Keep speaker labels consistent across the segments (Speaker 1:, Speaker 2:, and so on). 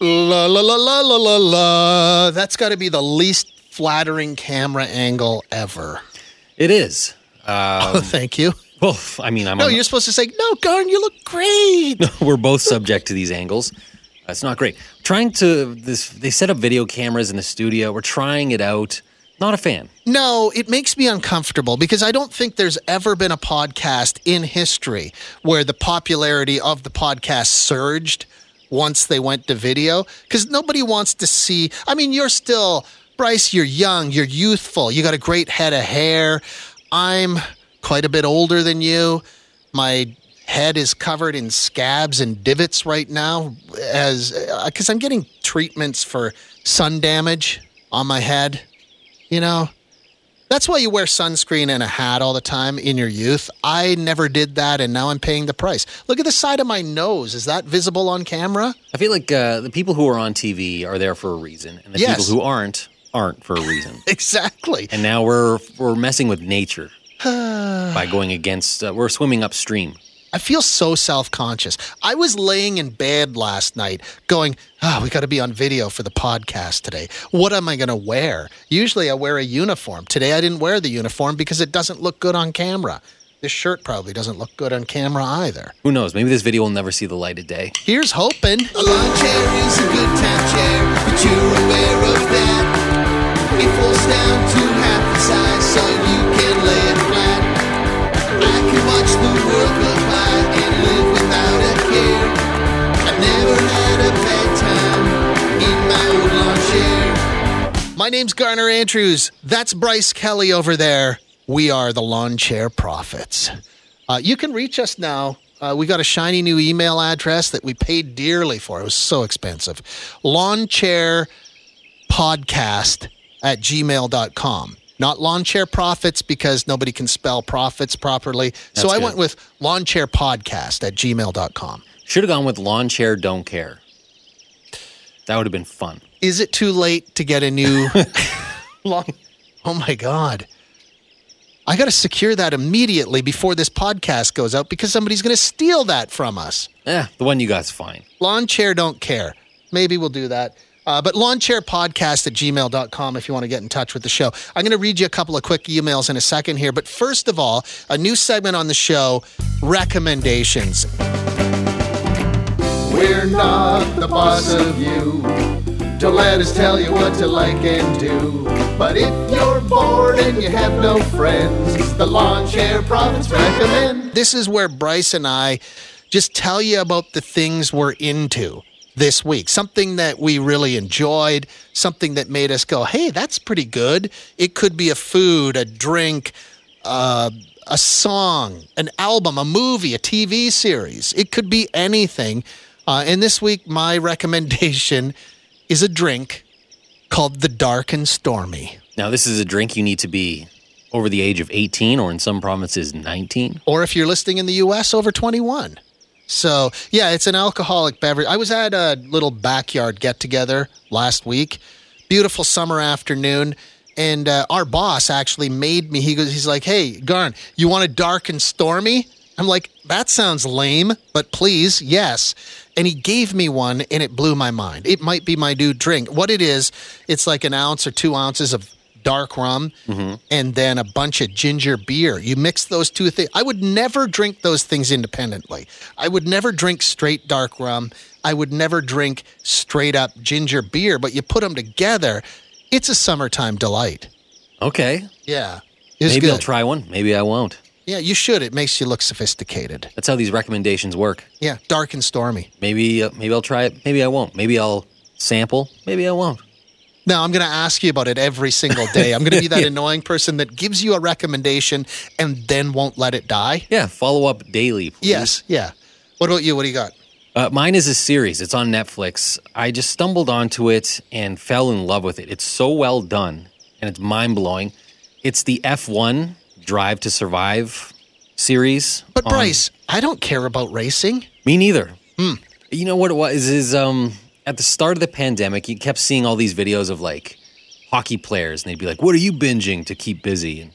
Speaker 1: la la la la la la la. That's got to be the least flattering camera angle ever.
Speaker 2: It is.
Speaker 1: oh, thank you.
Speaker 2: Well, I mean, I'm.
Speaker 1: No,
Speaker 2: on-
Speaker 1: you're supposed to say, "No, Garn, you look great."
Speaker 2: we're both subject to these angles. That's not great. Trying to this, they set up video cameras in the studio. We're trying it out. Not a fan.
Speaker 1: No, it makes me uncomfortable because I don't think there's ever been a podcast in history where the popularity of the podcast surged once they went to video because nobody wants to see. I mean, you're still, Bryce, you're young, you're youthful, you got a great head of hair. I'm quite a bit older than you. My head is covered in scabs and divots right now as because I'm getting treatments for sun damage on my head. You know, that's why you wear sunscreen and a hat all the time in your youth. I never did that, and now I'm paying the price. Look at the side of my nose. Is that visible on camera?
Speaker 2: I feel like uh, the people who are on TV are there for a reason, and the
Speaker 1: Yes.
Speaker 2: people who aren't aren't for a reason.
Speaker 1: Exactly.
Speaker 2: and now we're we're messing with nature by going against. Uh, we're swimming upstream.
Speaker 1: I feel so self conscious. I was laying in bed last night going, ah, we got to be on video for the podcast today. What am I going to wear? Usually I wear a uniform. Today I didn't wear the uniform because it doesn't look good on camera. This shirt probably doesn't look good on camera either.
Speaker 2: Who knows? Maybe this video will never see the light of day.
Speaker 1: Here's hoping.
Speaker 3: A lawn chair is a good time chair, but you're aware of that. It falls down to half the size, so you can lay it flat. I can watch the world go by and live without a care. I never had a bad time in my old lawn chair.
Speaker 1: My name's Garner Andrews. That's Bryce Kelly over there. We are the Lawn Chair Prophets. Uh, you can reach us now. Uh, we got a shiny new email address that we paid dearly for. It was so expensive. Lawnchairpodcast at gmail.com. Not lawn chair profits because nobody can spell profits properly. so
Speaker 2: That's
Speaker 1: I
Speaker 2: good.
Speaker 1: went with lawnchairpodcast at gmail.com.
Speaker 2: Should have gone with lawn chair. Don't care. That would have been fun.
Speaker 1: Is it too late to get a new long? Oh my God. I got to secure that immediately before this podcast goes out because somebody's going to steal that from us.
Speaker 2: Yeah, Eh, the one you got's fine.
Speaker 1: Lawn chair don't care. Maybe we'll do that. Uh, but lawnchairpodcast at gmail.com if you want to get in touch with the show. I'm going to read you a couple of quick emails in a second here. But first of all, a new segment on the show recommendations.
Speaker 3: We're not the boss of you. Don't let us tell you what to like and do. But if you're bored and you have no friends, the Lawn Chair Profits recommend.
Speaker 1: This is where Bryce and I just tell you about the things we're into this week. Something that we really enjoyed, something that made us go, hey, that's pretty good. It could be a food, a drink, uh, a song, an album, a movie, a TV series. It could be anything. Uh, and this week, my recommendation is a drink called the Dark and Stormy.
Speaker 2: Now, this is a drink you need to be over the age of 18 or in some provinces 19.
Speaker 1: or if you're listening in the U.S. over 21. So yeah, it's an alcoholic beverage. I was at a little backyard get together last week. Beautiful summer afternoon, and uh, our boss actually made me. He goes, he's like, "Hey, Garn, you want a dark and stormy?" I'm like, "That sounds lame, but please, yes." And he gave me one, and it blew my mind. It might be my new drink. What it is, it's like an ounce or two ounces of dark rum and then a bunch of ginger beer. You mix those two things. I would never drink those things independently. I would never drink straight dark rum. I would never drink straight up ginger beer, but you put them together, it's a summertime delight.
Speaker 2: Okay.
Speaker 1: Yeah. It's
Speaker 2: Maybe
Speaker 1: good.
Speaker 2: I'll try one. Maybe I won't.
Speaker 1: yeah, you should. It makes you look sophisticated.
Speaker 2: That's how these recommendations work.
Speaker 1: Yeah, dark and stormy.
Speaker 2: Maybe uh, maybe I'll try it. Maybe I won't. Maybe I'll sample. Maybe I won't.
Speaker 1: No, I'm going to ask you about it every single day. I'm going to be that annoying person that gives you a recommendation and then won't let it die.
Speaker 2: Yeah, follow up daily. Please.
Speaker 1: Yes, yeah. What about you? What do you got?
Speaker 2: Uh, mine is a series. It's on Netflix. I just stumbled onto it and fell in love with it. It's so well done and it's mind blowing. It's the F1 Drive to Survive series.
Speaker 1: But
Speaker 2: on-
Speaker 1: Bryce, I don't care about racing.
Speaker 2: Me neither. You know what it was is um at the start of the pandemic, you kept seeing all these videos of like hockey players, and they'd be like, "What are you binging to keep busy?" And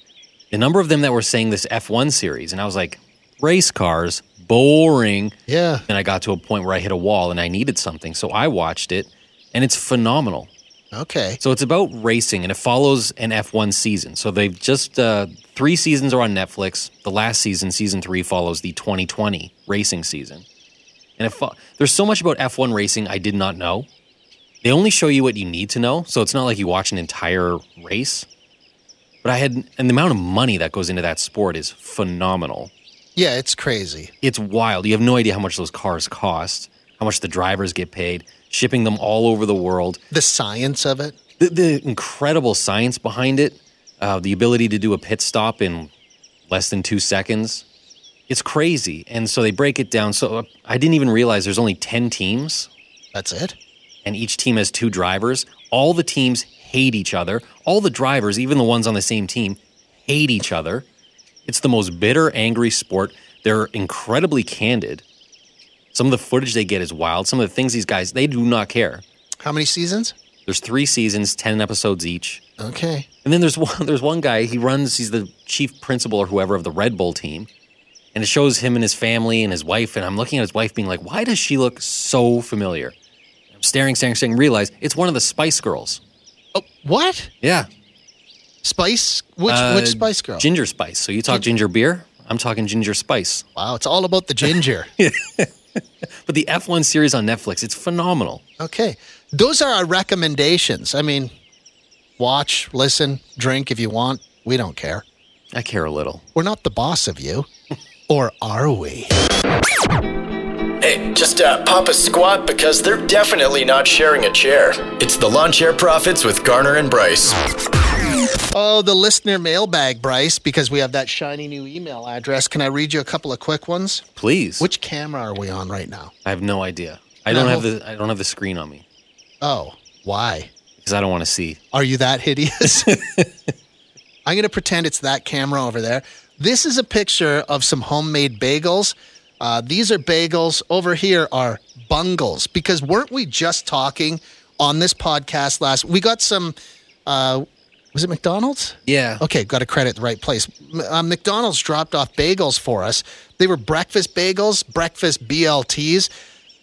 Speaker 2: the number of them that were saying this F1 series, and I was like, "Race cars, boring."
Speaker 1: Yeah.
Speaker 2: And I got to a point where I hit a wall, and I needed something, so I watched it, and it's phenomenal.
Speaker 1: Okay.
Speaker 2: So it's about racing, and it follows an F1 season. So they've just uh, three seasons are on Netflix. The last season, season three, follows the 2020 racing season. And it fo- there's so much about F1 racing I did not know. They only show you what you need to know, so it's not like you watch an entire race. But I had, and the amount of money that goes into that sport is phenomenal
Speaker 1: Yeah, it's crazy.
Speaker 2: it's wild. You have no idea how much those cars cost, how much the drivers get paid, shipping them all over the world.
Speaker 1: The science of it.
Speaker 2: The, the incredible science behind it, uh, the ability to do a pit stop in less than two seconds. It's crazy. And so they break it down. So uh, I didn't even realize there's only 10 teams,
Speaker 1: That's it.
Speaker 2: and each team has two drivers. All the teams hate each other. All the drivers, even the ones on the same team, hate each other. It's the most bitter, angry sport. They're incredibly candid. Some of the footage they get is wild. Some of the things these guys, they do not care.
Speaker 1: How many seasons?
Speaker 2: There's three seasons, 10 episodes each.
Speaker 1: Okay.
Speaker 2: And then there's one there's one guy, he runs, he's the chief principal or whoever of the Red Bull team. And it shows him and his family and his wife, and I'm looking at his wife being like, Why does she look so familiar? I'm staring, staring, staring, realize it's one of the Spice Girls.
Speaker 1: Oh, what?
Speaker 2: Yeah.
Speaker 1: Spice? Which
Speaker 2: Uh,
Speaker 1: which Spice Girl?
Speaker 2: Ginger Spice. So you talk ginger beer? I'm talking ginger spice.
Speaker 1: wow, it's all about the ginger.
Speaker 2: But the F1 series on Netflix, it's phenomenal.
Speaker 1: okay. Those are our recommendations. I mean, watch, listen, drink if you want. We don't care.
Speaker 2: I care a little.
Speaker 1: We're not the boss of you. or are we?
Speaker 4: Hey, just uh, pop a squat because they're definitely not sharing a chair. It's the Lawn Chair Profits with Garner and Bryce.
Speaker 1: Oh, the listener mailbag, Bryce, because we have that shiny new email address. Can I read you a couple of quick ones?
Speaker 2: Please.
Speaker 1: Which camera are we on right now?
Speaker 2: I have no idea. I don't
Speaker 1: No.
Speaker 2: have the I don't have the screen on me
Speaker 1: Oh, why?
Speaker 2: because I don't want to see.
Speaker 1: Are you that hideous? I'm going to pretend it's that camera over there. This is a picture of some homemade bagels. Uh, these are bagels. Over here are bungles because weren't we just talking on this podcast last? We got some. Uh, was it McDonald's?
Speaker 2: Yeah.
Speaker 1: Okay, got to credit the right place. M- Uh, McDonald's dropped off bagels for us. They were breakfast bagels, breakfast BLTs,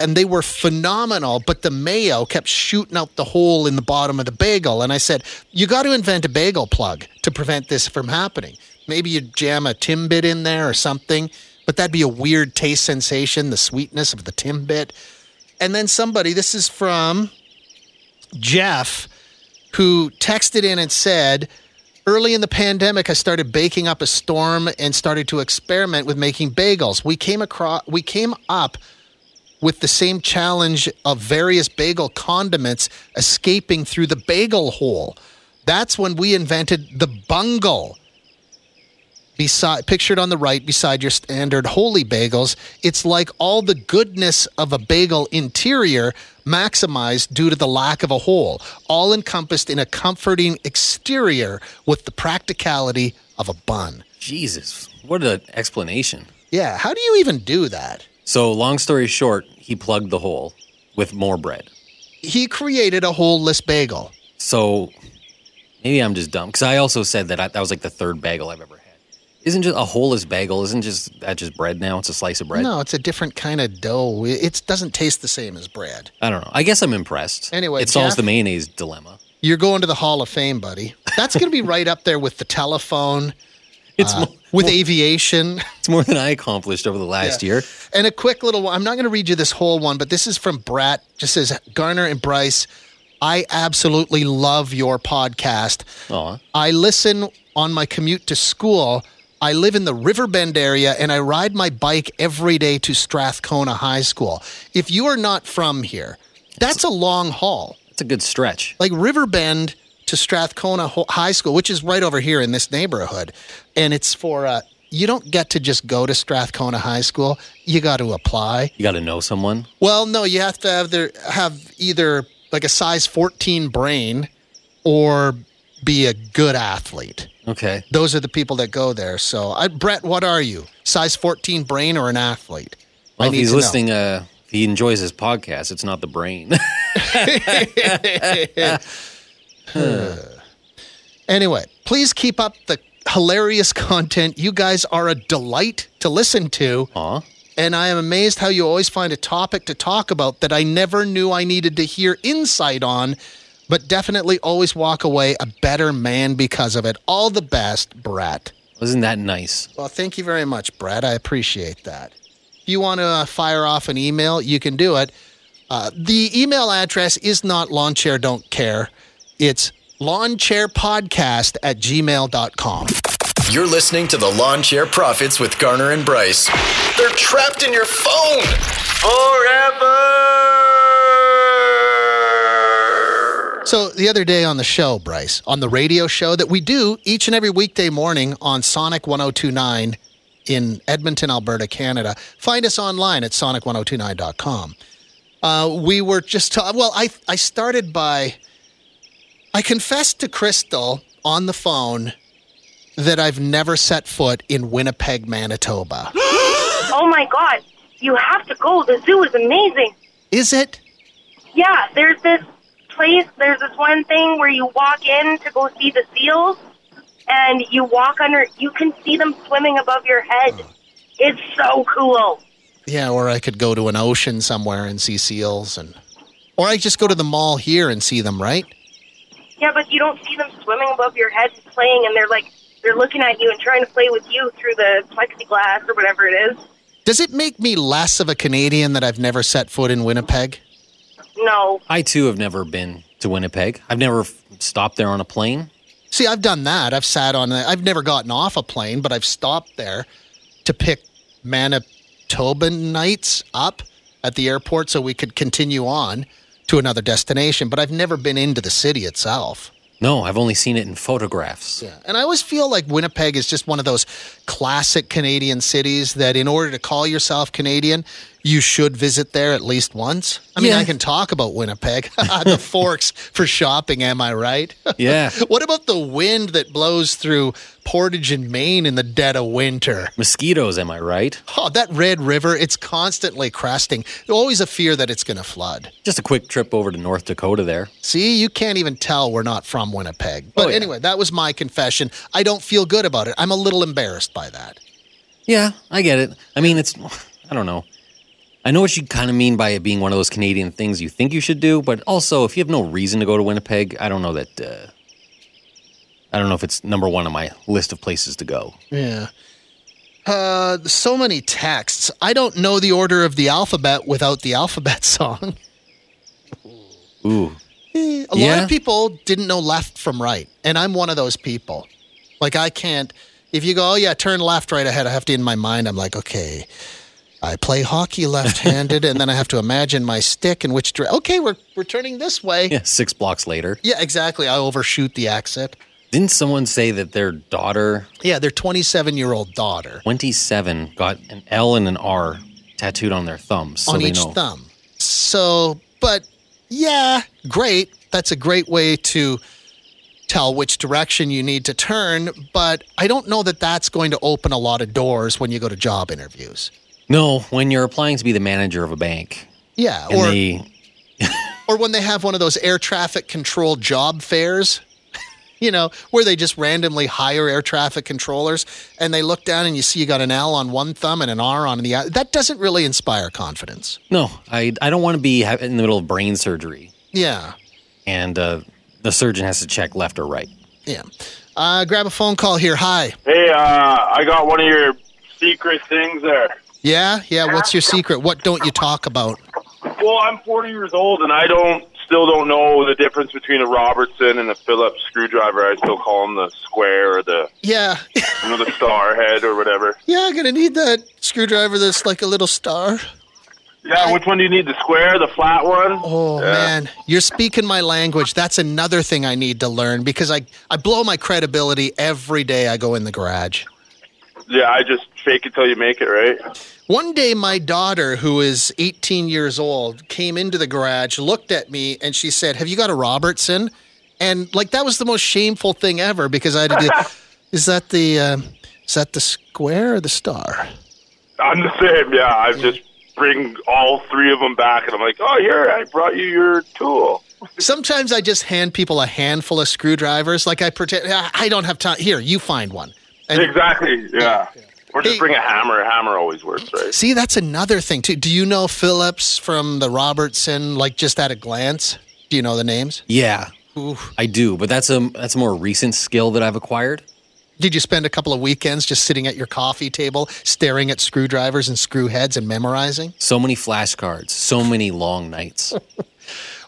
Speaker 1: and they were phenomenal. But the mayo kept shooting out the hole in the bottom of the bagel. And I said, You got to invent a bagel plug to prevent this from happening. Maybe you jam a Timbit in there or something, but that'd be a weird taste sensation, the sweetness of the Timbit. And then somebody, this is from Jeff who texted in and said, Early in the pandemic, I started baking up a storm and started to experiment with making bagels. We came across, we came up with the same challenge of various bagel condiments escaping through the bagel hole. That's when we invented the bungle. Beside, pictured on the right beside your standard holy bagels, it's like all the goodness of a bagel interior maximized due to the lack of a hole, all encompassed in a comforting exterior with the practicality of a bun.
Speaker 2: Jesus. What an explanation.
Speaker 1: Yeah, how do you even do that?
Speaker 2: So, long story short, he plugged the hole with more bread.
Speaker 1: He created a holeless bagel.
Speaker 2: So, maybe I'm just dumb because I also said that I, that was like the third bagel I've ever had. Isn't just a holeless bagel? Isn't just that just bread now? It's a slice of bread.
Speaker 1: No, it's a different kind of dough. It doesn't taste the same as bread.
Speaker 2: I don't know. I guess I'm impressed.
Speaker 1: Anyway,
Speaker 2: it solves
Speaker 1: Jeff-
Speaker 2: the mayonnaise dilemma.
Speaker 1: You're going to the Hall of Fame, buddy. That's going to be right up there with the telephone, uh,
Speaker 2: It's more,
Speaker 1: with aviation.
Speaker 2: it's more than I accomplished over the last year.
Speaker 1: And a quick little one. I'm not going to read you this whole one, but this is from Brat. Just says Garner and Bryce. I absolutely love your podcast.
Speaker 2: Aw.
Speaker 1: I listen on my commute to school. I live in the Riverbend area and I ride my bike every day to Strathcona High School. If you are not from here, that's a long haul.
Speaker 2: That's a good stretch.
Speaker 1: Like Riverbend to Strathcona Ho- High School, which is right over here in this neighborhood. And it's for, uh, you don't get to just go to Strathcona High School, you got to apply.
Speaker 2: You got to know someone.
Speaker 1: Well, no, you have to have their have either like a size 14 brain or be a good athlete.
Speaker 2: Okay.
Speaker 1: Those are the people that go there. So, I, Brett, what are you? Size 14 brain or an athlete?
Speaker 2: Well, if
Speaker 1: need
Speaker 2: he's
Speaker 1: to know.
Speaker 2: listening, uh, if he enjoys his podcast. It's not the brain.
Speaker 1: Anyway, please keep up the hilarious content. You guys are a delight to listen to.
Speaker 2: Aw.
Speaker 1: And I am amazed how you always find a topic to talk about that I never knew I needed to hear insight on, but definitely always walk away a better man because of it. All the best, Brett.
Speaker 2: Wasn't that nice?
Speaker 1: Well, thank you very much, Brett. I appreciate that. If you want to uh, fire off an email, you can do it. Uh, the email address is not lawn chair don't care. It's lawnchairpodcast at gmail.com.
Speaker 4: You're listening to the Lawn Chair Profits with Garner and Bryce. They're trapped in your phone forever.
Speaker 1: So the other day on the show, Bryce, on the radio show that we do each and every weekday morning on Sonic 1029 in Edmonton, Alberta, Canada. Find us online at sonic1029.com. Uh, we were just ta- well, I I started by I confessed to Crystal on the phone that I've never set foot in Winnipeg, Manitoba.
Speaker 5: Oh my god, you have to go. The zoo is amazing.
Speaker 1: Is it?
Speaker 5: Yeah, there's this place, there's this one thing where you walk in to go see the seals and you walk under you can see them swimming above your head. It's so cool.
Speaker 1: Yeah, or I could go to an ocean somewhere and see seals and or I just go to the mall here and see them, right?
Speaker 5: Yeah, but you don't see them swimming above your head and playing and they're like they're looking at you and trying to play with you through the plexiglass or whatever it is.
Speaker 1: Does it make me less of a Canadian that I've never set foot in Winnipeg?
Speaker 5: No.
Speaker 2: I too have never been to Winnipeg. I've never f- stopped there on a plane.
Speaker 1: See, I've done that. I've sat on. i I've never gotten off a plane, but I've stopped there to pick Manitobanites up at the airport so we could continue on to another destination. But I've never been into the city itself.
Speaker 2: No, I've only seen it in photographs.
Speaker 1: Yeah, and I always feel like Winnipeg is just one of those classic Canadian cities that, in order to call yourself Canadian, you should visit there at least once. I mean,
Speaker 2: Yeah.
Speaker 1: I can talk about Winnipeg, uh, the forks for shopping. Am I right?
Speaker 2: Yeah.
Speaker 1: What about the wind that blows through Portage and Maine in the dead of winter?
Speaker 2: Mosquitoes, am I right?
Speaker 1: Oh, that Red River, it's constantly cresting. Always a fear that it's going to flood.
Speaker 2: Just a quick trip over to North Dakota there.
Speaker 1: See, you can't even tell we're not from Winnipeg. But
Speaker 2: Oh, yeah.
Speaker 1: anyway, that was my confession. I don't feel good about it. I'm a little embarrassed by that.
Speaker 2: Yeah, I get it. I mean, it's, I don't know. I know what you kind of mean by it being one of those Canadian things you think you should do, but also if you have no reason to go to Winnipeg, I don't know that, uh, I don't know if it's number one on my list of places to go.
Speaker 1: Yeah. Uh, so many texts. I don't know the order of the alphabet without the alphabet song.
Speaker 2: Ooh.
Speaker 1: Eh, a lot
Speaker 2: Yeah.
Speaker 1: of people didn't know left from right, and I'm one of those people. Like I can't. If you go, oh yeah, turn left, right ahead. I have to in my mind. I'm like, okay, I play hockey left-handed, and then I have to imagine my stick in which direction. Okay, we're we're turning this way. Yeah.
Speaker 2: Yeah, six blocks later.
Speaker 1: exactly. I overshoot the exit.
Speaker 2: Didn't someone say that their daughter,
Speaker 1: Yeah, their 27-year-old daughter
Speaker 2: 27, got an L and an R tattooed on their thumbs? So
Speaker 1: on
Speaker 2: they
Speaker 1: each
Speaker 2: know.
Speaker 1: thumb. So, but yeah, great. That's a great way to tell which direction you need to turn. But I don't know that that's going to open a lot of doors when you go to job interviews.
Speaker 2: No, when you're applying to be the manager of a bank,
Speaker 1: Yeah,
Speaker 2: and
Speaker 1: or
Speaker 2: they,
Speaker 1: or when they have one of those air traffic control job fairs. You know, where they just randomly hire air traffic controllers and they look down and you see you got an L on one thumb and an R on the other. That doesn't really inspire confidence.
Speaker 2: no, I, I don't want to be ha- in the middle of brain surgery
Speaker 1: Yeah.
Speaker 2: and uh, the surgeon has to check left or right.
Speaker 1: Yeah. Uh, grab a phone call here. Hi.
Speaker 6: Hey, uh, I got one of your secret things there.
Speaker 1: Yeah, yeah. What's your secret? What don't you talk about?
Speaker 6: Well, I'm 40 years old, and I don't still don't know the difference between a Robertson and a Phillips screwdriver. I still call them the square or the
Speaker 1: Yeah,
Speaker 6: you know the star head or whatever.
Speaker 1: yeah. I'm gonna need that screwdriver that's like a little star.
Speaker 6: Yeah, which one do you need? The square, the flat one?
Speaker 1: Oh
Speaker 6: Yeah.
Speaker 1: man, you're speaking my language. That's another thing I need to learn because I I blow my credibility every day I go in the garage.
Speaker 6: Yeah, I just fake it till you make it, right?
Speaker 1: One day, my daughter, who is 18 years old, came into the garage, looked at me, and she said, Have you got a Robertson? And like, that was the most shameful thing ever because I had to be, Is that the, uh, is that the square or the star?
Speaker 6: I'm the same. Yeah, I just bring all three of them back, and I'm like, oh, here, I brought you your tool.
Speaker 1: Sometimes I just hand people a handful of screwdrivers. Like I pretend I I don't have time. Here, you find one. And
Speaker 6: Exactly. Yeah. Or just
Speaker 1: Hey.
Speaker 6: bring a hammer. A hammer always works, right?
Speaker 1: See, that's another thing too. Do you know Phillips from the Robertson? Like just at a glance, do you know the names?
Speaker 2: Yeah,
Speaker 1: Ooh.
Speaker 2: I do, but that's a that's a more recent skill that I've acquired.
Speaker 1: Did you spend a couple of weekends just sitting at your coffee table, staring at screwdrivers and screw heads and memorizing?
Speaker 2: So many flashcards, so many long nights.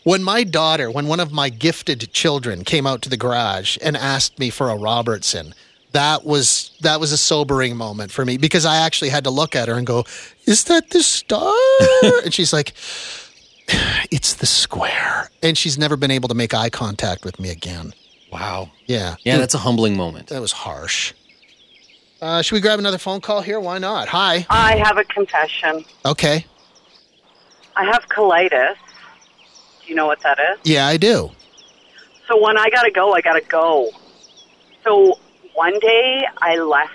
Speaker 1: When my daughter, when one of my gifted children came out to the garage and asked me for a Robertson, that was that was a sobering moment for me because I actually had to look at her and go, "Is that the star?" and she's like, "It's the square." And she's never been able to make eye contact with me again.
Speaker 2: Wow.
Speaker 1: Yeah.
Speaker 2: Yeah, that's a humbling moment.
Speaker 1: That was harsh. Uh, should we grab another phone call here? Why not? Hi.
Speaker 7: I have a confession.
Speaker 1: Okay.
Speaker 7: I have colitis. Do you know what that is?
Speaker 1: Yeah, I do.
Speaker 7: So when I gotta go, I gotta go. So one day I left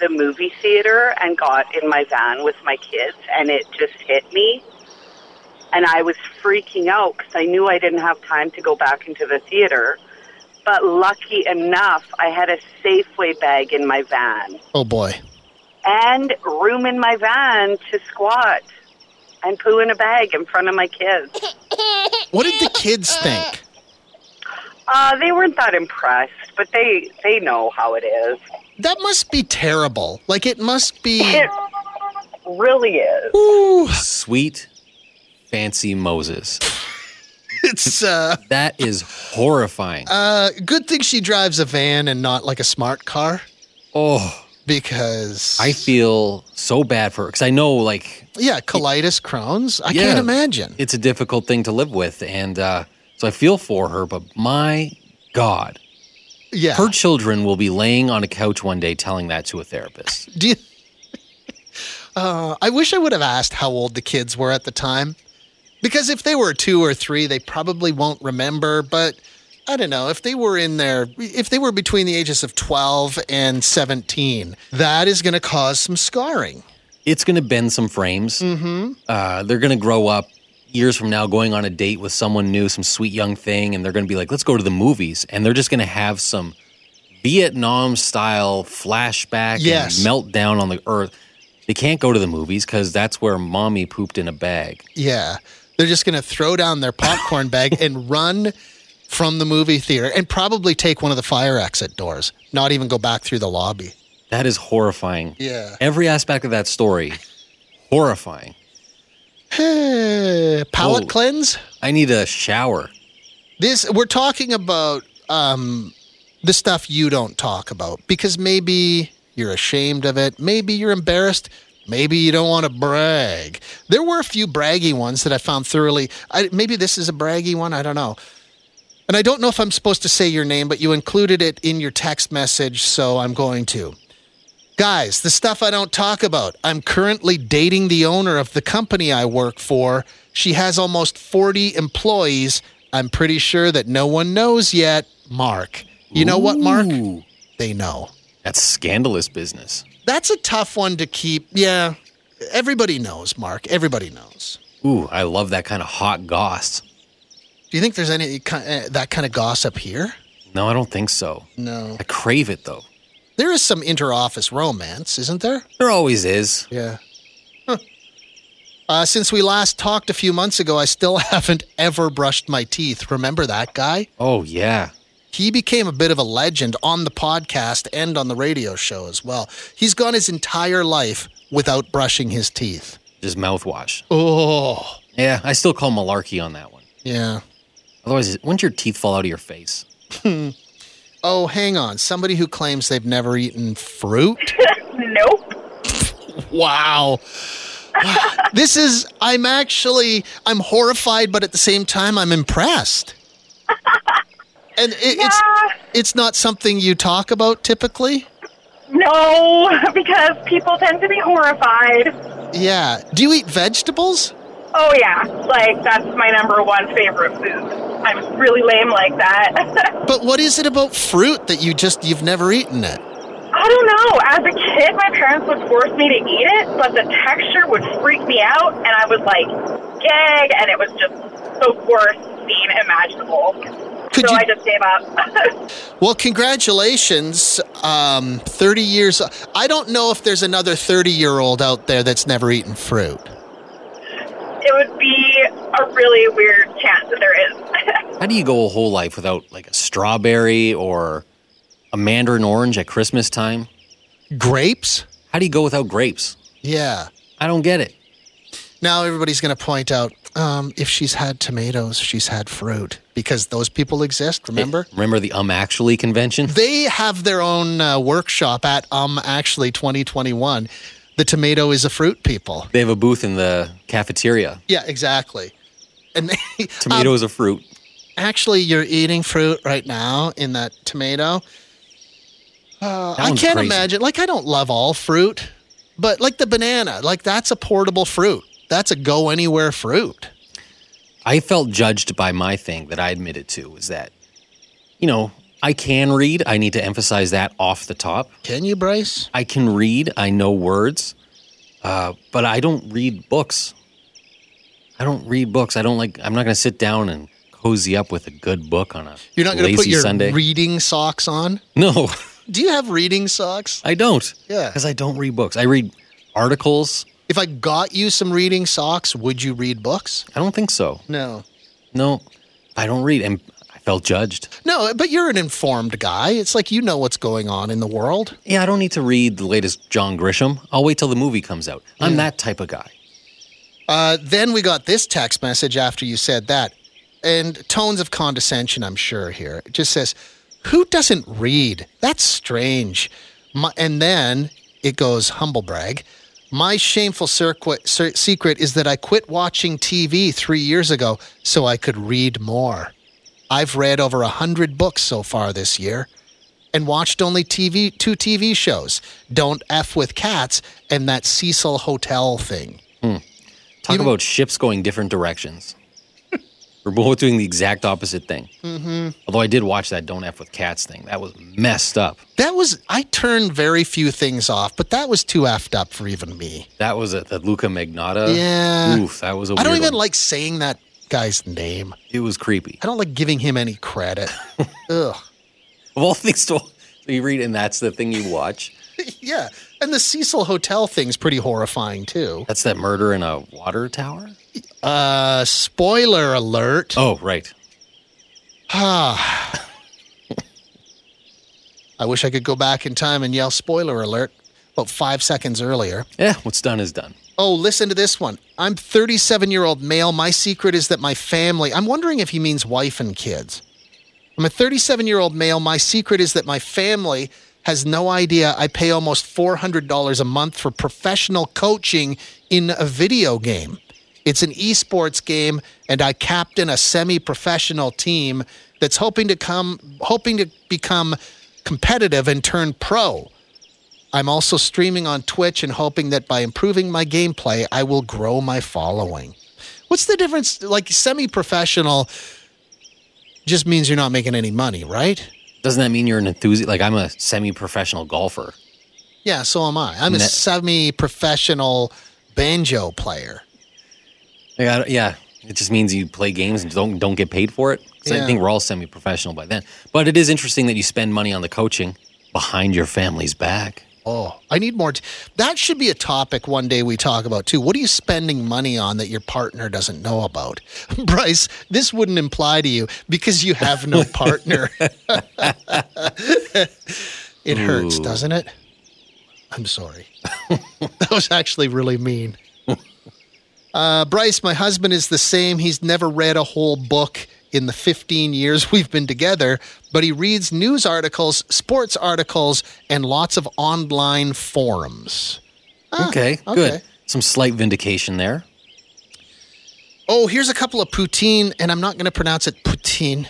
Speaker 7: the movie theater and got in my van with my kids, and it just hit me. And I was freaking out because I knew I didn't have time to go back into the theater. But lucky enough, I had a Safeway bag in my van
Speaker 1: Oh boy.
Speaker 7: and room in my van to squat and poo in a bag in front of my kids.
Speaker 1: What did the kids think?
Speaker 7: Uh, they weren't that impressed, but they they know how it is.
Speaker 1: That must be terrible. Like it must be.
Speaker 7: It really is.
Speaker 1: Ooh,
Speaker 2: Sweet, fancy Moses.
Speaker 1: it's uh,
Speaker 2: That is horrifying.
Speaker 1: uh, good thing she drives a van and not like a smart car
Speaker 2: Oh,
Speaker 1: because
Speaker 2: I feel so bad for her because I know like
Speaker 1: yeah, colitis, Crohn's. I
Speaker 2: Yeah.
Speaker 1: can't imagine.
Speaker 2: it's a difficult thing to live with, and uh, so I feel for her. But my God,
Speaker 1: yeah.
Speaker 2: her children will be laying on a couch one day telling that to a therapist.
Speaker 1: Do you? Uh, I wish I would have asked how old the kids were at the time, because if they were two or three, they probably won't remember. But I don't know if they were in there, if they were between the ages of twelve and seventeen, that is going to cause some scarring.
Speaker 2: It's going to bend some frames.
Speaker 1: Mm-hmm.
Speaker 2: uh, they're going to grow up years from now going on a date with someone new, some sweet young thing, and they're going to be like, let's go to the movies. And they're just going to have some Vietnam style flashback
Speaker 1: Yes.
Speaker 2: and meltdown on the earth. They can't go to the movies because that's where mommy pooped in a bag.
Speaker 1: Yeah, they're just going to throw down their popcorn bag and run from the movie theater, and probably take one of the fire exit doors. Not even go back through the lobby.
Speaker 2: That is horrifying.
Speaker 1: Yeah.
Speaker 2: Every aspect of that story, horrifying.
Speaker 1: Palette
Speaker 2: Oh.
Speaker 1: cleanse.
Speaker 2: I need a shower.
Speaker 1: this we're talking about um, the stuff you don't talk about because maybe you're ashamed of it maybe you're embarrassed maybe you don't want to brag there were a few braggy ones that i found thoroughly I, maybe this is a braggy one i don't know and i don't know if i'm supposed to say your name but you included it in your text message so i'm going to Guys, the stuff I don't talk about. I'm currently dating the owner of the company I work for. She has almost 40 employees. I'm pretty sure that no one knows yet. Mark. You know what, Mark?
Speaker 2: Ooh,
Speaker 1: They know.
Speaker 2: that's scandalous business.
Speaker 1: That's a tough one to keep. Yeah. Everybody knows, Mark. Everybody knows.
Speaker 2: Ooh, I love that kind of hot goss.
Speaker 1: Do you think there's any ki- uh, that kind of gossip here?
Speaker 2: No, I don't think so.
Speaker 1: No.
Speaker 2: I crave it though.
Speaker 1: There is some interoffice romance, isn't there?
Speaker 2: There always is.
Speaker 1: Yeah. Uh, since we last talked a few months ago, I still haven't ever brushed my teeth. Remember that guy?
Speaker 2: Oh yeah.
Speaker 1: He became a bit of a legend on the podcast and on the radio show as well. He's gone his entire life without brushing his teeth.
Speaker 2: Just mouthwash.
Speaker 1: Oh,
Speaker 2: Yeah, I still call malarkey on that one.
Speaker 1: yeah.
Speaker 2: Otherwise, wouldn't your teeth fall out of your face?
Speaker 1: Oh, hang on. Somebody who claims they've never eaten fruit?
Speaker 7: Nope.
Speaker 1: Wow. this is, I'm actually, I'm horrified, but at the same time, I'm impressed. And it, it's,
Speaker 7: Ah,
Speaker 1: it's not something you talk about typically.
Speaker 7: no, because people tend to be horrified.
Speaker 1: Yeah. Do you eat vegetables?
Speaker 7: Oh yeah, like that's my number one favorite food. I'm really lame like that.
Speaker 1: But what is it about fruit that you just you've never eaten it?
Speaker 7: I don't know. As a kid, my parents would force me to eat it, but the texture would freak me out, and I would like gag, and it was just the worst scene imaginable.
Speaker 1: Could
Speaker 7: so
Speaker 1: you-
Speaker 7: I just gave up.
Speaker 1: Well, congratulations. um, 30 years. I don't know if there's another 30 year old out there that's never eaten fruit.
Speaker 8: It would be a really weird chance that there is.
Speaker 2: How do you go a whole life without like a strawberry or a mandarin orange at Christmas time?
Speaker 1: Grapes?
Speaker 2: How do you go without grapes?
Speaker 1: Yeah.
Speaker 2: I don't get it.
Speaker 1: Now everybody's going to point out um, if she's had tomatoes, she's had fruit because those people exist, remember?
Speaker 2: Remember the um actually convention?
Speaker 1: They have their own uh, workshop at um actually 2021. The tomato is a fruit people.
Speaker 2: They have a booth in the cafeteria.
Speaker 1: Yeah, exactly. And they,
Speaker 2: Tomato is a fruit.
Speaker 1: actually, you're eating fruit right now in that tomato. Uh, I
Speaker 2: one's
Speaker 1: can't
Speaker 2: crazy.
Speaker 1: imagine. Like, I don't love all fruit, but like the banana, like that's a portable fruit. That's a go anywhere fruit.
Speaker 2: I felt judged by my thing that I admitted to was that, you know, I can read. I need to emphasize that off the top.
Speaker 1: Can you, Bryce?
Speaker 2: I can read. I know words, uh, but I don't read books. I don't read books. I don't like. I'm not going to sit down and cozy up with a good book on a
Speaker 1: You're not going
Speaker 2: lazy
Speaker 1: to put your
Speaker 2: Sunday.
Speaker 1: reading socks on.
Speaker 2: no,
Speaker 1: Do you have reading socks?
Speaker 2: I don't.
Speaker 1: Yeah.
Speaker 2: because I don't read books. I read articles.
Speaker 1: If I got you some reading socks, would you read books?
Speaker 2: I don't think so.
Speaker 1: No.
Speaker 2: No, I don't read, and I felt judged.
Speaker 1: No, but you're an informed guy. It's like you know what's going on in the world.
Speaker 2: Yeah, I don't need to read the latest John Grisham. I'll wait till the movie comes out. I'm that type of guy.
Speaker 1: Uh, then we got this text message after you said that, and tones of condescension, I'm sure, here. It just says, Who doesn't read? That's strange. My, and then it goes, Humble brag. My shameful circuit, cir- secret is that I quit watching TV three years ago so I could read more. I've read over a hundred books so far this year and watched only TV two TV shows, Don't F with Cats and that Cecil Hotel thing.
Speaker 2: Talk about ships going different directions. We're both doing the exact opposite thing. Mm-hmm. Although I did watch that "Don't F with Cats" thing. That was messed up.
Speaker 1: That was I turned very few things off, but that was too effed up for even me.
Speaker 2: That was a, that Luca Magnotta.
Speaker 1: Yeah.
Speaker 2: Oof, that was a.
Speaker 1: I don't
Speaker 2: weird
Speaker 1: even
Speaker 2: one.
Speaker 1: like saying that guy's name.
Speaker 2: It was creepy.
Speaker 1: I don't like giving him any credit. Ugh.
Speaker 2: Of all things to, so you read, and that's the thing you watch.
Speaker 1: Yeah, and the Cecil Hotel thing's pretty horrifying too.
Speaker 2: That's that murder in a water tower.
Speaker 1: Uh, spoiler alert.
Speaker 2: Oh, right.
Speaker 1: Ah. I wish I could go back in time and yell spoiler alert about five seconds earlier.
Speaker 2: Yeah, what's done is done.
Speaker 1: Oh, listen to this one. I'm 37 year old male. My secret is that my family. I'm wondering if he means wife and kids. I'm a 37 year old male. My secret is that my family has no idea I pay almost $400 a month for professional coaching in a video game. It's an esports game, and I captain a semi professional team that's hoping to come, hoping to become competitive and turn pro. I'm also streaming on Twitch and hoping that by improving my gameplay, I will grow my following. What's the difference? Like semi professional just means you're not making any money, right?
Speaker 2: Doesn't that mean you're an enthusiast? Like I'm a semi-professional golfer.
Speaker 1: Yeah, so am I. I'm a
Speaker 2: Ne-
Speaker 1: semi professional banjo player.
Speaker 2: Like, I don't- yeah, it just means you play games and don't don't get paid for it. 'Cause
Speaker 1: Yeah.
Speaker 2: I think we're all semi-professional by then. But it is interesting that you spend money on the coaching behind your family's back.
Speaker 1: Oh, I need more. T- that should be a topic one day we talk about too. What are you spending money on that your partner doesn't know about? Bryce, this wouldn't imply to you because you have no partner. it hurts,
Speaker 2: Ooh.
Speaker 1: doesn't it? I'm sorry. that was actually really mean. Uh, Bryce, my husband is the same. He's never read a whole book in the 15 years we've been together, but he reads news articles, sports articles, and lots of online forums.
Speaker 2: okay,
Speaker 1: okay.
Speaker 2: good. Some slight vindication there.
Speaker 1: Oh, here's a couple of poutine, and I'm not going to pronounce it poutine.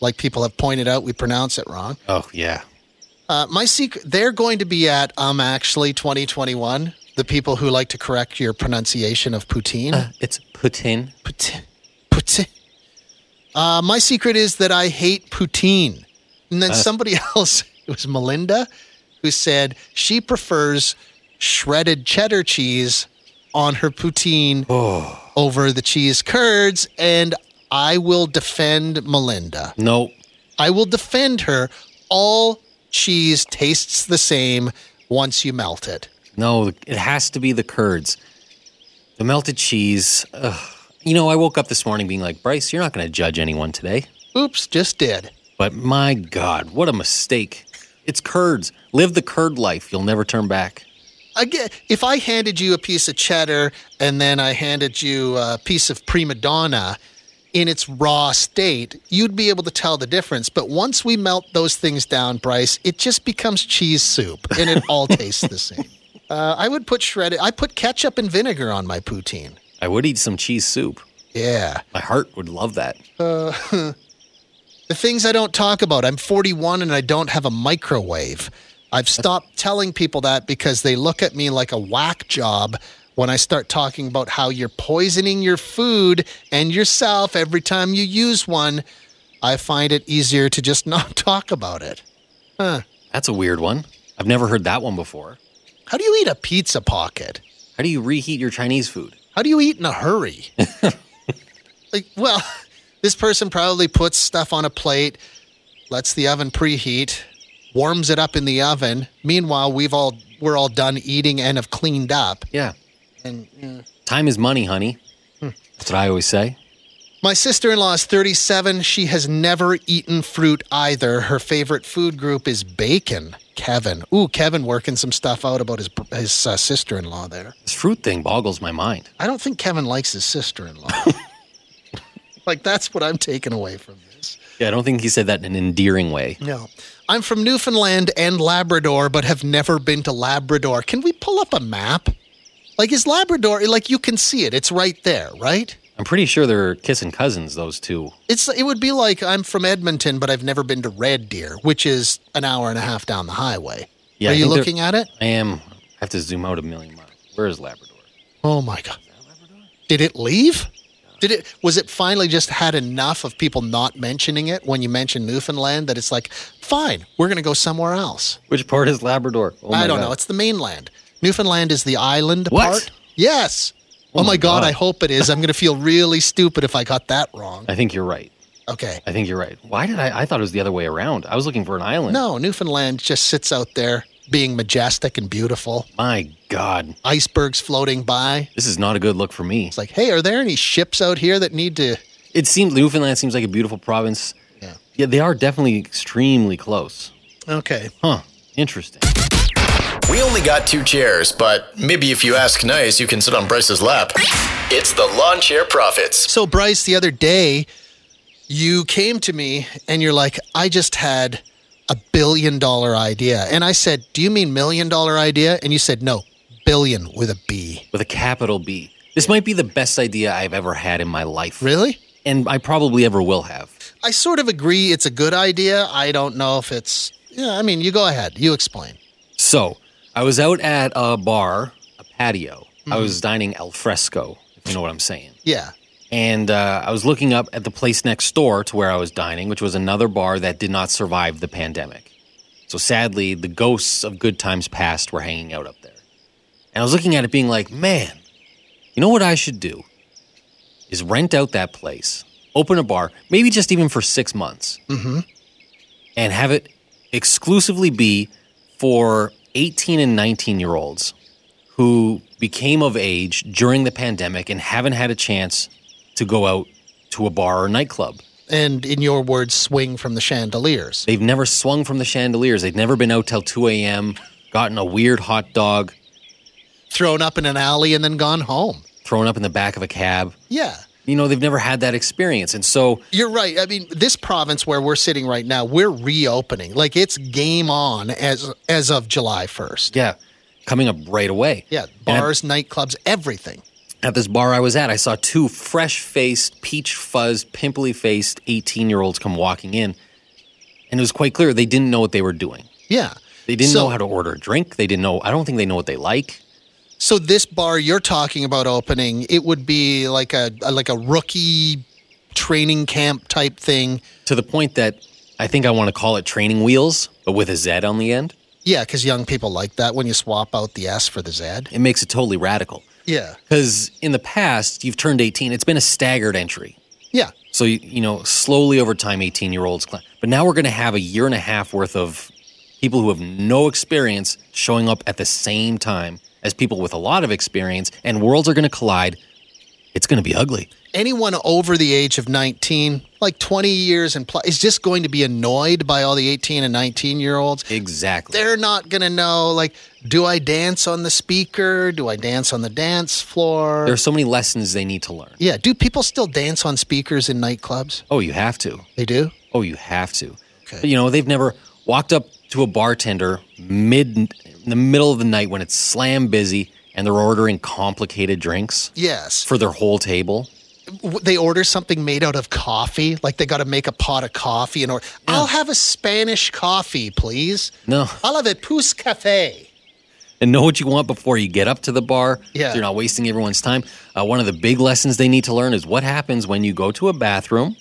Speaker 1: Like people have pointed out, we pronounce it wrong.
Speaker 2: Oh yeah,
Speaker 1: Uh, my secret, they're going to be at um actually 2021. The people who like to correct your pronunciation of poutine.
Speaker 2: it's Putin.
Speaker 1: Poutine. Poutine. Uh, my secret is that I hate poutine. And then somebody else, it was Melinda, who said she prefers shredded cheddar cheese on her poutine over the cheese curds. And I will defend Melinda.
Speaker 2: No,
Speaker 1: I will defend her all cheese tastes the same once you melt it.
Speaker 2: No, it has to be the curds. The melted cheese. Ugh. You know, I woke up this morning being like, Bryce, you're not going to judge anyone today.
Speaker 1: Oops, just did.
Speaker 2: But my God, what a mistake. It's curds. Live the curd life. You'll never turn back.
Speaker 1: Again, if I handed you a piece of cheddar and then I handed you a piece of prima donna in its raw state, you'd be able to tell the difference. But once we melt those things down, Bryce, it just becomes cheese soup and it all tastes the same. Uh, I would put shredded, I put ketchup and vinegar on my poutine.
Speaker 2: I would eat some cheese soup.
Speaker 1: Yeah.
Speaker 2: My heart would love that.
Speaker 1: The things I don't talk about. I'm 41 and I don't have a microwave. I've stopped telling people that because they look at me like a whack job when I start talking about how you're poisoning your food and yourself every time you use one. I find it easier to just not talk about it.
Speaker 2: That's a weird one. I've never heard that one before.
Speaker 1: How do you eat a pizza pocket?
Speaker 2: How do you reheat your Chinese food?
Speaker 1: How do you eat in a hurry? like, well, this person probably puts stuff on a plate, lets the oven preheat, warms it up in the oven. Meanwhile, we've all we're all done eating and have cleaned up.
Speaker 2: Yeah.
Speaker 1: And yeah. Hmm.
Speaker 2: Time is money, honey. That's what I always say.
Speaker 1: my sister-in-law is 37. She has never eaten fruit either. Her favorite food group is bacon. Kevin, ooh, Kevin, working some stuff out about his his uh, sister-in-law there.
Speaker 2: This fruit thing boggles my mind.
Speaker 1: I don't think Kevin likes his sister-in-law. like that's what I'm taking away from this.
Speaker 2: Yeah, I don't think he said that in an endearing way.
Speaker 1: No. I'm from Newfoundland and Labrador, but have never been to Labrador. Can we pull up a map? Like, is Labrador, like, you can see it. It's right there, right?
Speaker 2: I'm pretty sure they're kissing cousins, those two.
Speaker 1: It's, it would be like I'm from Edmonton, but I've never been to Red Deer, which is an hour and a half down the highway.
Speaker 2: Yeah,
Speaker 1: Are
Speaker 2: I
Speaker 1: you
Speaker 2: think they're-
Speaker 1: looking at it?
Speaker 2: I am. I have to zoom out a million miles. Where is Labrador?
Speaker 1: Oh my God. Did it leave? Did it, was it finally just had enough of people not mentioning it when you mentioned Newfoundland that it's like, fine, we're going to go somewhere else?
Speaker 2: Which part is Labrador? Oh my
Speaker 1: I don't
Speaker 2: God.
Speaker 1: know. It's the mainland. Newfoundland is the island
Speaker 2: What?
Speaker 1: part. Yes. Oh, my
Speaker 2: my
Speaker 1: god,
Speaker 2: God.
Speaker 1: I hope it is. I'm going to feel really stupid if I got that wrong.
Speaker 2: I think you're right.
Speaker 1: Okay.
Speaker 2: I think you're right. Why did I? I thought it was the other way around. I was looking for an island.
Speaker 1: No, Newfoundland just sits out there being majestic and beautiful.
Speaker 2: My God,
Speaker 1: Icebergs floating by.
Speaker 2: this is not a good look for me.
Speaker 1: It's like, "Hey, are there any ships out here that need to
Speaker 2: It seems Newfoundland seems like a beautiful province.
Speaker 1: Yeah.
Speaker 2: Yeah, they are definitely extremely close.
Speaker 1: Okay.
Speaker 2: Huh. Interesting.
Speaker 4: We only got two chairs, but maybe if you ask nice, you can sit on Bryce's lap. It's the Lawn Chair Profits.
Speaker 1: So, Bryce, the other day, you came to me and you're like, I just had a billion dollar idea. And I said, Do you mean million dollar idea? And you said, No, billion with a B.
Speaker 2: With a capital B. This might be the best idea I've ever had in my life.
Speaker 1: Really?
Speaker 2: And I probably ever will have.
Speaker 1: I sort of agree it's a good idea. I don't know if it's. Yeah, I mean, you go ahead. You explain.
Speaker 2: So I was out at a bar, a patio.
Speaker 1: Mm-hmm.
Speaker 2: I was dining al fresco, if you know what I'm saying.
Speaker 1: Yeah.
Speaker 2: And uh, I was looking up at the place next door to where I was dining, which was another bar that did not survive the pandemic. So sadly, the ghosts of good times past were hanging out up there. And I was looking at it being like, man, you know what I should do? Is rent out that place, open a bar, maybe just even for six months, and have it exclusively be for 18 and 19 year olds who became of age during the pandemic and haven't had a chance to go out to a bar or nightclub.
Speaker 1: And in your words, swing from the chandeliers.
Speaker 2: They've never swung from the chandeliers. They've never been out till 2 a.m., gotten a weird hot dog,
Speaker 1: Thrown up in an alley and then gone home.
Speaker 2: thrown up in the back of a cab.
Speaker 1: Yeah.
Speaker 2: You know, they've never had that experience. And so,
Speaker 1: You're right. I mean, this province where we're sitting right now, we're reopening. Like it's game on as as of July 1st.
Speaker 2: yeah, coming up right away.
Speaker 1: Yeah,
Speaker 2: And at-
Speaker 1: bars, nightclubs, everything.
Speaker 2: at this bar I was at, I saw two fresh faced, peach fuzzed, pimply faced 18 year olds come walking in. And it was quite clear they didn't know what they were doing.
Speaker 1: Yeah.
Speaker 2: They didn't
Speaker 1: So-
Speaker 2: know how to order a drink. They didn't know, I don't think they know what they like.
Speaker 1: So this bar you're talking about opening, it would be like a like a rookie training camp type thing.
Speaker 2: To the point that I think I want to call it training wheels, but with a Z on the end.
Speaker 1: Yeah, because young people like that when you swap out the S for the Z.
Speaker 2: It makes it totally radical.
Speaker 1: Yeah.
Speaker 2: Because in the past, you've turned 18, it's been a staggered entry.
Speaker 1: Yeah.
Speaker 2: So, you, you know, slowly over time, 18 year olds. Climb. But now we're going to have a year and a half worth of people who have no experience showing up at the same time as people with a lot of experience, and worlds are going to collide. It's going to be ugly.
Speaker 1: anyone over the age of 19, like 20 years and plus, is just going to be annoyed by all the 18 and 19 year olds.
Speaker 2: Exactly.
Speaker 1: They're not going to know, like, do I dance on the speaker? Do I dance on the dance floor?
Speaker 2: there are so many lessons they need to learn.
Speaker 1: yeah, do people still dance on speakers in nightclubs?
Speaker 2: Oh, you have to.
Speaker 1: They do?
Speaker 2: Oh, you have to.
Speaker 1: Okay.
Speaker 2: But, you know, they've never walked up to a bartender mid in the middle of the night when it's slam busy and they're ordering complicated drinks
Speaker 1: Yes.
Speaker 2: for their whole table.
Speaker 1: w- they order something made out of coffee, like they got to make a pot of coffee, and or I'll have a Spanish coffee, please.
Speaker 2: No.
Speaker 1: I'll have a Pus Cafe.
Speaker 2: and know what you want before you get up to the bar.
Speaker 1: Yeah.
Speaker 2: So you're not wasting everyone's time. Uh, one of the big lessons they need to learn is what happens when you go to a bathroom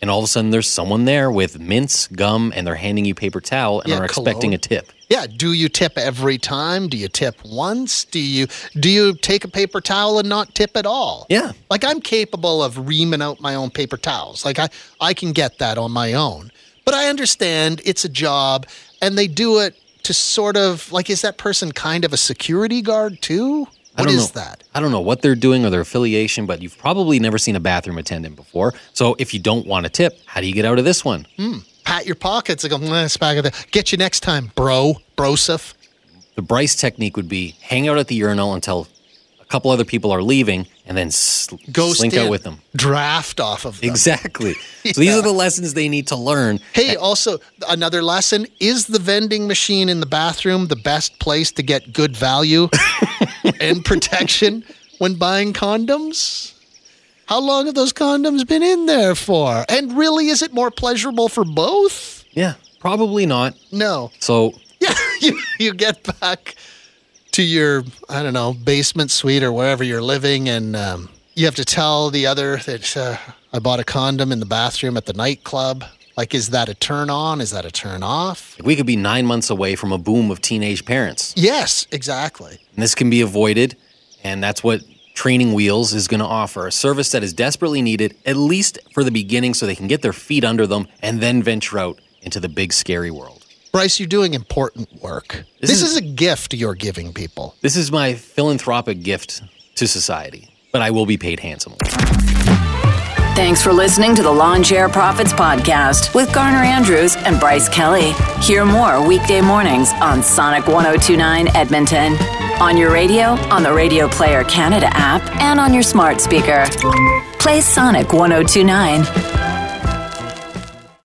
Speaker 2: and all of a sudden there's someone there with mints, gum, and they're handing you paper towel and
Speaker 1: Yeah,
Speaker 2: are expecting
Speaker 1: cologne.
Speaker 2: a tip.
Speaker 1: Yeah, do you tip every time? Do you tip once? Do you do you take a paper towel and not tip at all?
Speaker 2: Yeah.
Speaker 1: Like I'm capable of reaming out my own paper towels. Like I I can get that on my own. But I understand it's a job and they do it to sort of like is that person kind of a security guard too?
Speaker 2: I
Speaker 1: What
Speaker 2: don't
Speaker 1: is
Speaker 2: know.
Speaker 1: that?
Speaker 2: I don't know what they're doing or their affiliation, but you've probably never seen a bathroom attendant before. So if you don't want a tip, how do you get out of this one?
Speaker 1: Hmm? pat your pockets and go, "Mwah, it's back of the Get you next time, bro, brosif.
Speaker 2: The Bryce technique would be hang out at the urinal until a couple other people are leaving and then sl-
Speaker 1: Ghost
Speaker 2: slink
Speaker 1: in.
Speaker 2: out with them.
Speaker 1: Draft off of them.
Speaker 2: Exactly. So these are the lessons they need to learn
Speaker 1: Hey, also another lesson is the vending machine in the bathroom the best place to get good value and protection when buying condoms? How long have those condoms been in there for? And really, is it more pleasurable for both?
Speaker 2: Yeah, probably not.
Speaker 1: No.
Speaker 2: So
Speaker 1: Yeah, you, you get back to your, I don't know, basement suite or wherever you're living, and um, you have to tell the other that uh, I bought a condom in the bathroom at the nightclub. Like, is that a turn on? Is that a turn off?
Speaker 2: we could be nine months away from a boom of teenage parents.
Speaker 1: Yes, exactly.
Speaker 2: And this can be avoided. And that's what Training Wheels is going to offer a service that is desperately needed, at least for the beginning, so they can get their feet under them and then venture out into the big, scary world.
Speaker 1: Bryce, you're doing important work. This,
Speaker 2: This is-
Speaker 1: is, a gift you're giving people.
Speaker 2: This is my philanthropic gift to society, but I will be paid handsomely.
Speaker 9: Thanks for listening to the Lawn Chair Profits Podcast with Garner Andrews and Bryce Kelly. Hear more weekday mornings on Sonic 1029 Edmonton. On your radio, on the Radio oh Player Canada app, and on your smart speaker. Play Sonic 1029.